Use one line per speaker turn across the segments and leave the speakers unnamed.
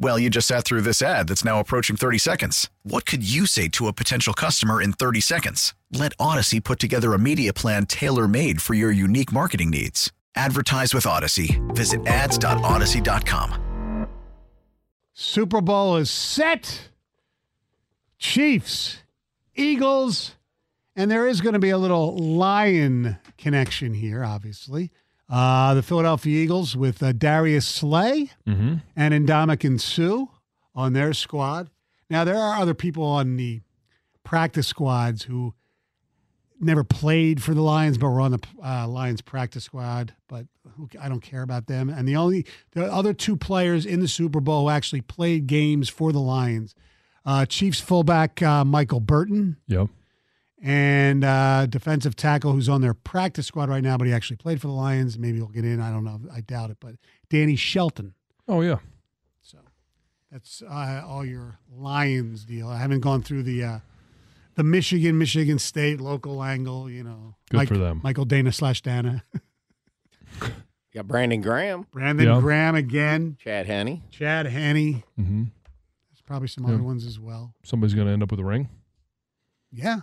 Well, you just sat through this ad that's now approaching 30 seconds. What could you say to a potential customer in 30 seconds? Let Odyssey put together a media plan tailor made for your unique marketing needs. Advertise with Odyssey. Visit ads.odyssey.com.
Super Bowl is set. Chiefs, Eagles, and there is going to be a little Lion connection here, obviously. Uh, the Philadelphia Eagles with uh, Darius Slay and Indomik and Sue on their squad. Now, there are other people on the practice squads who never played for the Lions, but were on the uh, Lions practice squad. But who, I don't care about them. And the only the other two players in the Super Bowl who actually played games for the Lions, uh, Chiefs fullback uh, Michael Burton
Yep.
and uh, defensive tackle who's on their practice squad right now, but he actually played for the Lions. Maybe he'll get in. I don't know. I doubt it. But Danny Shelton.
Oh yeah.
So that's uh, all your Lions deal. I haven't gone through the uh, the Michigan, Michigan State local angle. You know,
Good for them.
Michael Dana slash Dana,
You got Brandon Graham,
Brandon
Yeah.
Graham again,
Chad Henney.
Chad Hanney.
Mm-hmm.
There's probably some
Yeah.
other ones as well.
Somebody's going to end up with a ring.
Yeah,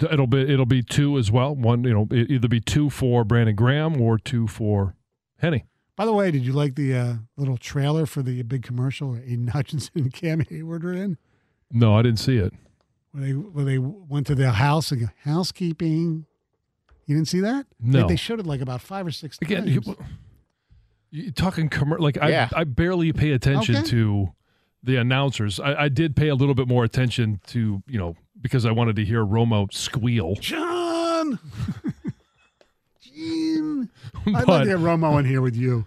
It'll be it'll be two as well. One, you know, it either be two for Brandon Graham or two for Henny.
By the way, did you like the uh, little trailer for the big commercial where Aiden Hutchinson and Cam Hayward were in?
No, I didn't see it.
Where they where they went to their house and go, housekeeping. You didn't see that?
No.
They, they showed it like about five or six
Again,
times.
you, you talking commercial? Like I,
Yeah.
I barely pay attention
Okay.
to the announcers. I, I did pay a little bit more attention to you know because I wanted to hear Romo squeal.
John. Jim. I'd like
But-
to have Romo in here with you.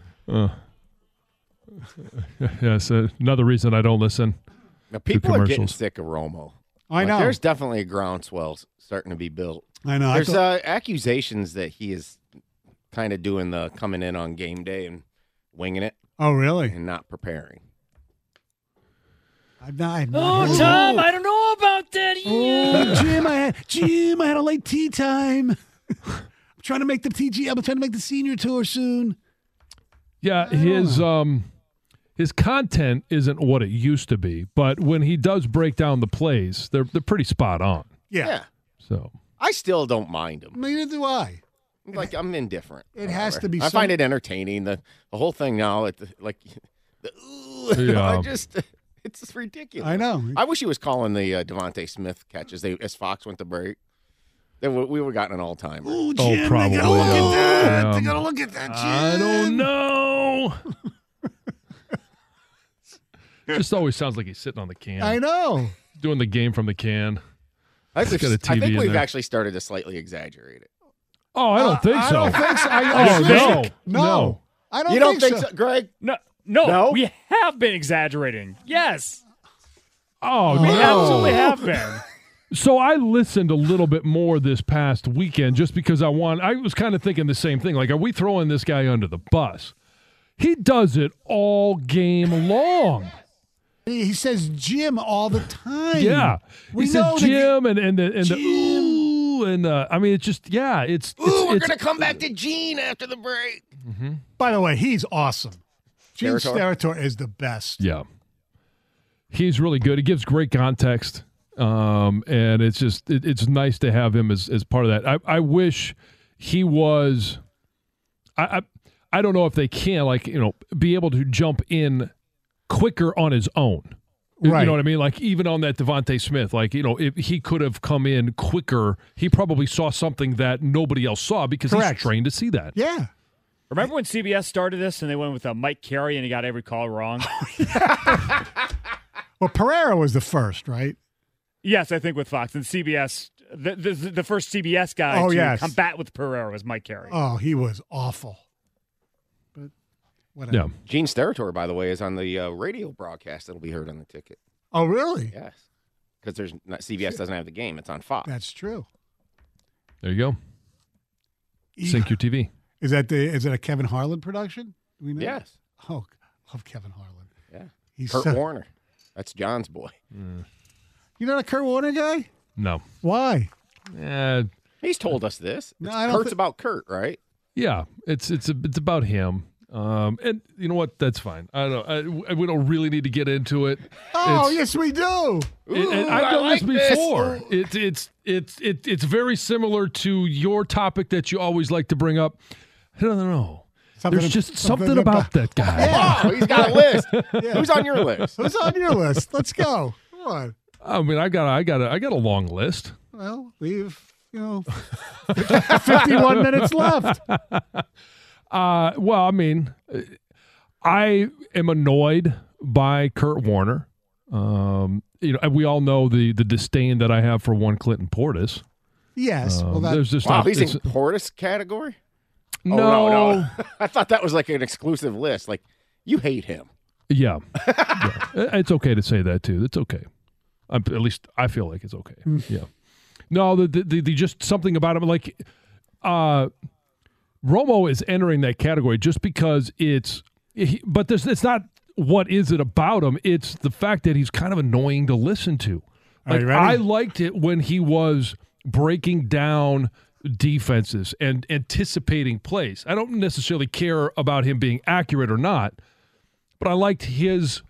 Yes, uh, another reason I don't listen.
Now, people are getting
commercials.
sick of Romo.
I
Like,
know.
There's definitely a groundswell s- starting to be built.
I know. I
There's
thought-
uh, accusations that he is kind of doing the coming in on game day and winging it
oh, really?
and not preparing.
I've not, I've not oh, Tom, I don't know about that. Oh, Jim, I had, Jim, I had a late tea time. I'm trying to make the TG. I'm trying to make the senior tour soon.
Yeah, his um his content isn't what it used to be, but when he does break down the plays, they're they're pretty spot on.
Yeah.
Yeah.
So
I still don't mind him.
Neither do I.
Like I'm indifferent.
It has
Whatever.
to be
I find
some-
it entertaining. The, the whole thing now, at the, like, the, ooh,
Yeah.
I just it's just ridiculous.
I know.
I wish he was calling the uh, Devonte Smith catches. They as Fox went to break, then we, we were gotten an all time.
Oh,
Oh,
Jim,
probably.
They gotta look at that.
Yeah.
They gotta look at that, Jim.
I don't know. Just always sounds like he's sitting on the can,
I know.
doing the game from the can.
I think,
He's
we've,
got a
I
TV
think
in
we've
there.
actually started to slightly exaggerate it.
Oh, I don't think
I
so.
don't think so. I,
Oh, no.
no.
No.
I don't
you
think
don't think,
so.
so, Greg?
No, no,
No?
we have been exaggerating. Yes,
Oh,
we
no.
absolutely have been.
So I listened a little bit more this past weekend just because I want I was kind of thinking the same thing like are we throwing this guy under the bus? He does it all game long.
He says Jim all the time.
Yeah.
We
he
know
says
that-
Jim and and the and the
Jim.
ooh and uh, I mean it's just yeah, it's
Ooh,
it's,
we're
it's-
gonna come back to Gene after the break.
By the way, he's awesome. Gene
Steratore?
Steratore is the best.
Yeah. He's really good. He gives great context. Um, and it's just it, it's nice to have him as, as part of that. I, I wish he was I, I I don't know if they can like, you know, be able to jump in quicker on his own. You-
Right.
You know what I mean? Like even on that Devonte Smith, like, you know, if he could have come in quicker, he probably saw something that nobody else saw because
Correct.
he's trained to see that.
Yeah.
Remember when CBS started this and they went with uh, Mike Carey and he got every call wrong?
Well, Pereira was the first, right?
yes, I think with Fox and CBS, the, the, the first CBS guy
Oh,
to
yes.
combat with Pereira was Mike Carey.
Oh, he was awful. But whatever.
Yeah.
Gene Steratore, by the way, is on the uh, radio broadcast that'll be heard on the ticket.
Oh, really?
Yes, because there's not, CBS doesn't have the game; it's on Fox.
That's true. E,
There you go. Sync your TV.
Is that the is that a Kevin Harlan production? Do we know?
yes,
Oh, love Kevin Harlan.
yeah.
He's
Kurt
so-
Warner, that's John's boy.
You're not a Kurt Warner guy?
No.
Why?
Eh,
He's told us this.
No,
It's
I don't
Kurt's
thi-
about Kurt, right?
yeah. It's it's it's about him. Um, and you know what? That's fine. I don't. I, we don't really need to get into it.
Oh,
It's-
yes, we do.
It- and
Ooh,
I've
I
done
like
this
this.
before. It's it's it's it, it's very similar to your topic that you always like to bring up. I don't know.
Something-
There's just
something
something, about,
about-
that guy.
Wow, he's got a list. Who's on your list?
Who's on your list? Let's go. Come on.
I mean, I got I got I got a long list.
Well, we've you know, 51 minutes left.
Uh, well, I mean, uh, I am annoyed by Kurt Warner. Um, you know, and we all know the the disdain that I have for one Clinton Portis.
Yes. well,
Um,
that,
there's just
Wow,
not,
he's in
it's-
Portis category.
no,
oh, no, no. I thought that was like an exclusive list. Like you hate him.
Yeah. Yeah. Uh, It's okay to say that too. It's okay. I'm, at least I feel like it's okay.
Mm.
yeah. No, the, the, the, the just something about him like uh Romo is entering that category just because it's he, but this it's not what is it about him? It's the fact that he's kind of annoying to listen to.
Are
Like,
you
I
ready?
liked it when he was breaking down defenses and anticipating plays. I don't necessarily care about him being accurate or not, but I liked his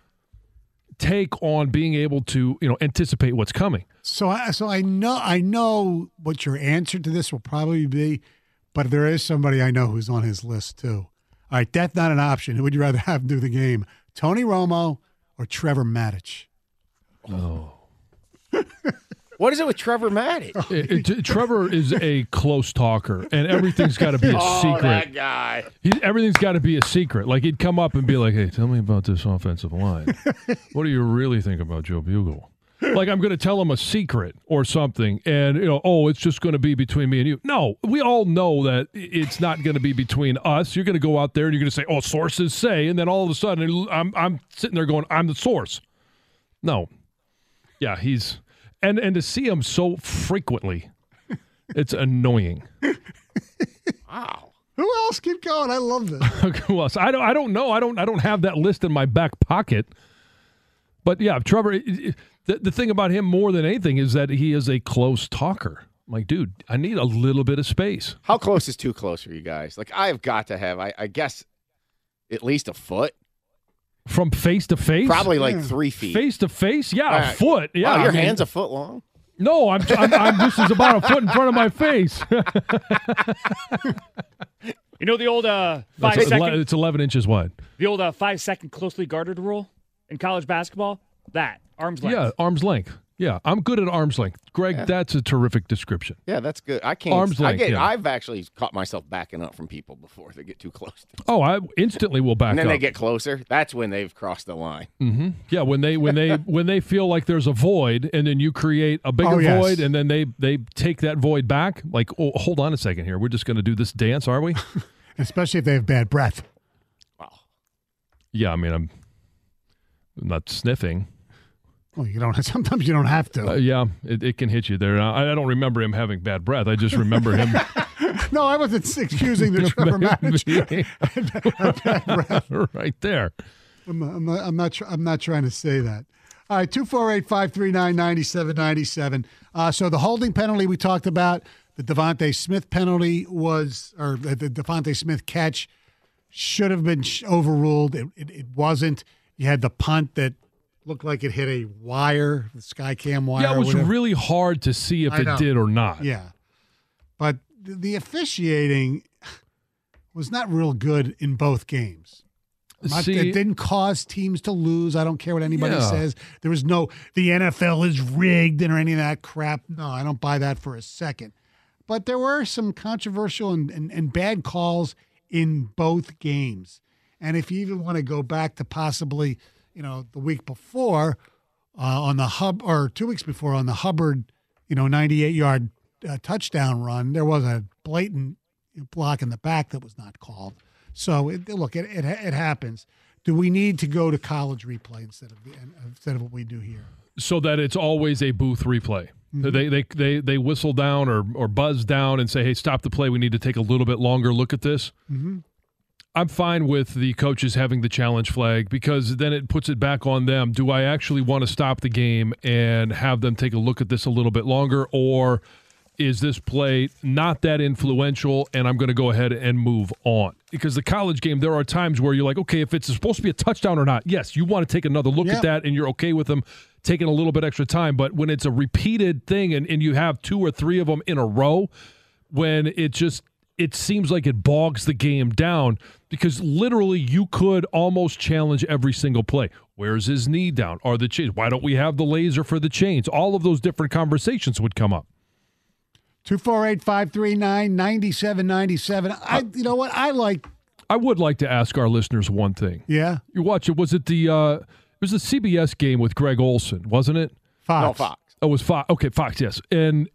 take on being able to, you know, anticipate what's coming.
So I so I know I know what your answer to this will probably be, but there is somebody I know who's on his list too. All right, that's not an option. Who would you rather have do the game? Tony Romo or Trevor Maddich?
What is it with Trevor Maddox?
It- it- t- Trevor is a close talker, and everything's got to be a
Oh,
secret.
that guy.
He, everything's got to be a secret. Like he'd come up and be like, "Hey, tell me about this offensive line. what do you really think about Joe Bugle?" Like I'm going to tell him a secret or something, and you know, oh, it's just going to be between me and you. No, we all know that i- it's not going to be between us. You're going to go out there and you're going to say, "Oh, sources say," and then all of a sudden, I'm I'm sitting there going, "I'm the source." No, yeah, he's and and to see him so frequently, it's annoying.
Wow.
Who else? Keep going. I love this.
Who else? I don't. I don't know. I don't. I don't have that list in my back pocket. But yeah, Trevor. it- it- The, the thing about him more than anything is that he is a close talker. I'm like, dude, I need a little bit of space.
How close is too close for you guys? Like I've got to have, I, I guess, at least a foot,
From face to face,
probably like three feet.
face to face. Yeah,
All
a
right.
foot. Yeah,
Wow,
I
your
mean-
hands a foot long.
No, I'm, I'm, I'm. This is about a foot in front of my face.
You know the old uh, five
it's, ele-
second,
it's 11 inches wide.
the old uh, five second closely guarded rule in college basketball. That arms length.
Yeah, arm's length. Yeah, I'm good at arm's length. Greg, that's a terrific description.
Yeah, that's good. I can't.
Arms
I
length,
get.
yeah.
I've actually caught myself backing up from people before they get too close, to,
Oh, I instantly will back
and then
up. Mm-hmm.
they get closer. That's when they've crossed the line.
Yeah, when they when they when they feel like there's a void, and then you create a bigger
Oh, yes.
void, and then they they take that void back. Like, oh, hold on a second here, we're just going to do this dance, are we?
Especially if they have bad breath.
Wow.
yeah, I mean, I'm not sniffing.
Well, you don't. Sometimes you don't have to.
Uh, yeah, it, it can hit you there. I, I don't remember him having bad breath. I just remember him.
no, I wasn't excusing the Trevor Maddich.
right there.
I'm, I'm, not- I'm not. tr- I'm not trying to say that. All right, two four eight five three nine ninety seven ninety seven. Uh, so the holding penalty we talked about, the Devonte Smith penalty was, or the, the Devonte Smith catch should have been sh- overruled. It, it, it wasn't. You had the punt that looked like it hit a wire, the sky cam wire.
Yeah,
or
it was
whatever.
really hard to see if
I
it
know.
did or not.
Yeah. But th- the officiating was not real good in both games. Not-
See-
it didn't cause teams to lose. I don't care what anybody
Yeah.
says. There was no, the NFL is rigged and or any of that crap. No, I don't buy that for a second. But there were some controversial and, and, and bad calls in both games. And if you even want to go back to possibly, you know, the week before uh, on the hub or two weeks before on the Hubbard, you know, 98 yard uh, touchdown run, there was a blatant block in the back that was not called. So it, look, it, it it happens. Do we need to go to college replay instead of the, instead of what we do here?
so that it's always a booth replay. They, they they they whistle down or or buzz down and say, "Hey, stop the play. We need to take a little bit longer look at this." I'm fine with the coaches having the challenge flag because then it puts it back on them. Do I actually want to stop the game and have them take a look at this a little bit longer, or is this play not that influential and I'm going to go ahead and move on? Because the college game, there are times where you're like, okay, if it's supposed to be a touchdown or not, yes, you want to take another look
Yeah.
at that and you're okay with them taking a little bit extra time. But when it's a repeated thing and, and you have two or three of them in a row, when it just it seems like it bogs the game down because literally you could almost challenge every single play. Where's his knee down? Are the chains? Why don't we have the laser for the chains? All of those different conversations would come up.
248 539 9797.
Uh,
I, you know what? I like,
I would like to ask our listeners one thing.
yeah,
You watch it. Was it the uh, it was the CBS game with Greg Olson, wasn't it?
Fox.
No, Fox.
Oh, it was Fox. Okay, Fox. Yes. And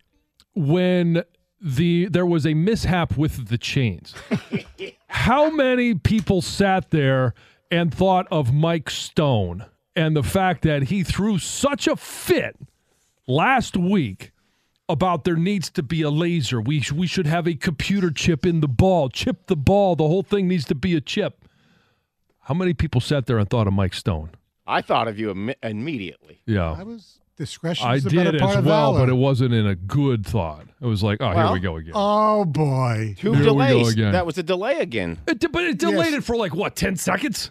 when the there was a mishap with the chains, how many people sat there and thought of Mike Stone and the fact that he threw such a fit last week about there needs to be a laser. We sh- we should have a computer chip in the ball. Chip the ball. The whole thing needs to be a chip. How many people sat there and thought of Mike Stone?
I thought of you imme- immediately.
Yeah.
I was discretion.
I
is the better
did
part
as
of
well,
valor.
but it wasn't in a good thought. It was like, oh, here we go again.
Oh, boy.
Two
Here we go
delays.
again.
That was a delay again.
It de- but it delayed it for like what, ten seconds?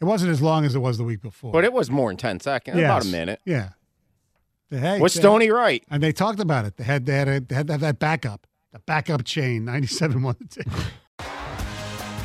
It wasn't as long as it was the week before.
But it was more than 10 seconds, about a
Yes.
minute.
Yeah. Hey,
Was
they-
Stoney right?
And they talked about it. They had, they had, a, they had to have that backup, the backup chain, 97 one.